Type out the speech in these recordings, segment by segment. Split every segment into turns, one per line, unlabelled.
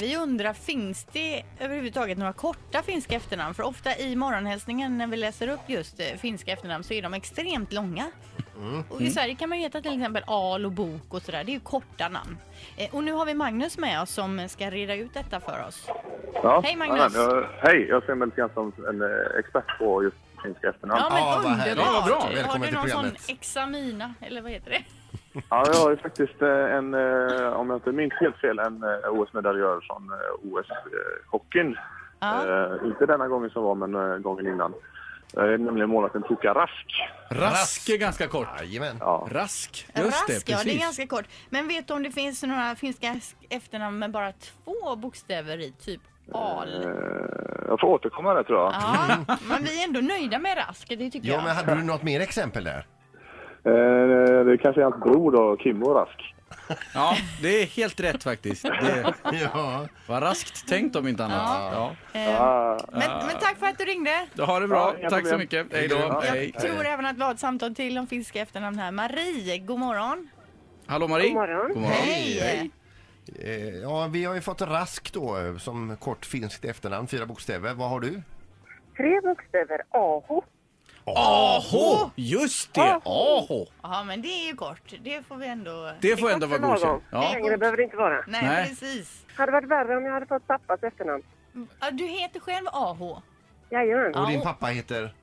Vi undrar, finns det överhuvudtaget några korta finska efternamn? För ofta i morgonhälsningen när vi läser upp just eh, finska efternamn så är de extremt långa.
Mm.
Och i Sverige kan man ju heta till exempel Al och Bok och sådär. Det är ju korta namn. Eh, och nu har vi Magnus med oss som ska reda ut detta för oss.
Ja.
Hej, Magnus.
Ja, men, eh, hej, jag ser mig lite grann som en eh, expert på just finska efternamn.
Ja,
Ja.
men
Ja, vad härligt.
underbart!
Ja, vad bra.
Har
Välkommen
du
till
någon sån
programmet.
examina, eller vad heter det?
jag har ju faktiskt eh, en, eh, om jag inte minns helt fel, en eh, OS-medaljör från OS-hockeyn.
Ja.
Eh, inte denna gången som var, men eh, gången innan. Eh, nämligen målvakten Tuka Rask.
Rask är ganska kort.
Jajamän.
Ja.
Rask,
Rask,
just det,
ja, det är
precis.
ganska kort. Men vet du om det finns några finska efternamn med bara två bokstäver i, typ Al?
Eh, jag får återkomma där tror jag.
Ja, men vi är ändå nöjda med Rask, det tycker
Ja,
jag.
men hade du något mer exempel där?
Eh, det kanske är hans bror då, Kimmo Rask.
Ja, det är helt rätt faktiskt. Det
Ja.
var raskt tänkt om inte annat. Ja.
Ah,
Men, men tack för att du ringde.
Då har det bra.
Ja, inga
Tack så
problem.
mycket. Hej då.
Ja.
Hej.
Jag tror även att vi har ett samtal till om finska efternamn här. Marie, god morgon.
Hallå Marie.
God morgon.
God morgon.
Eh, ja, vi har ju fått Rask då eh, som kort finskt efternamn, fyra bokstäver. Vad har du?
Tre bokstäver AH.
AH! Just det! AH!
Ja, men det är ju kort. Det får vi ändå...
Det får ändå
Kort
vara
för någon.
godkänt. Ja.
Längre behöver det inte vara.
Nej,
Nej.
precis.
Hade varit värre om jag hade fått pappas efternamn.
Ja, Du heter själv AH.
Jajamän.
Och
Ja.
din pappa heter?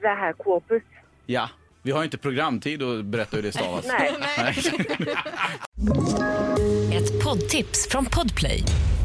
Det här Kåpus.
ja. Vi har inte programtid att berätta hur det stavas.
Nej.
Ett poddtips från Podplay.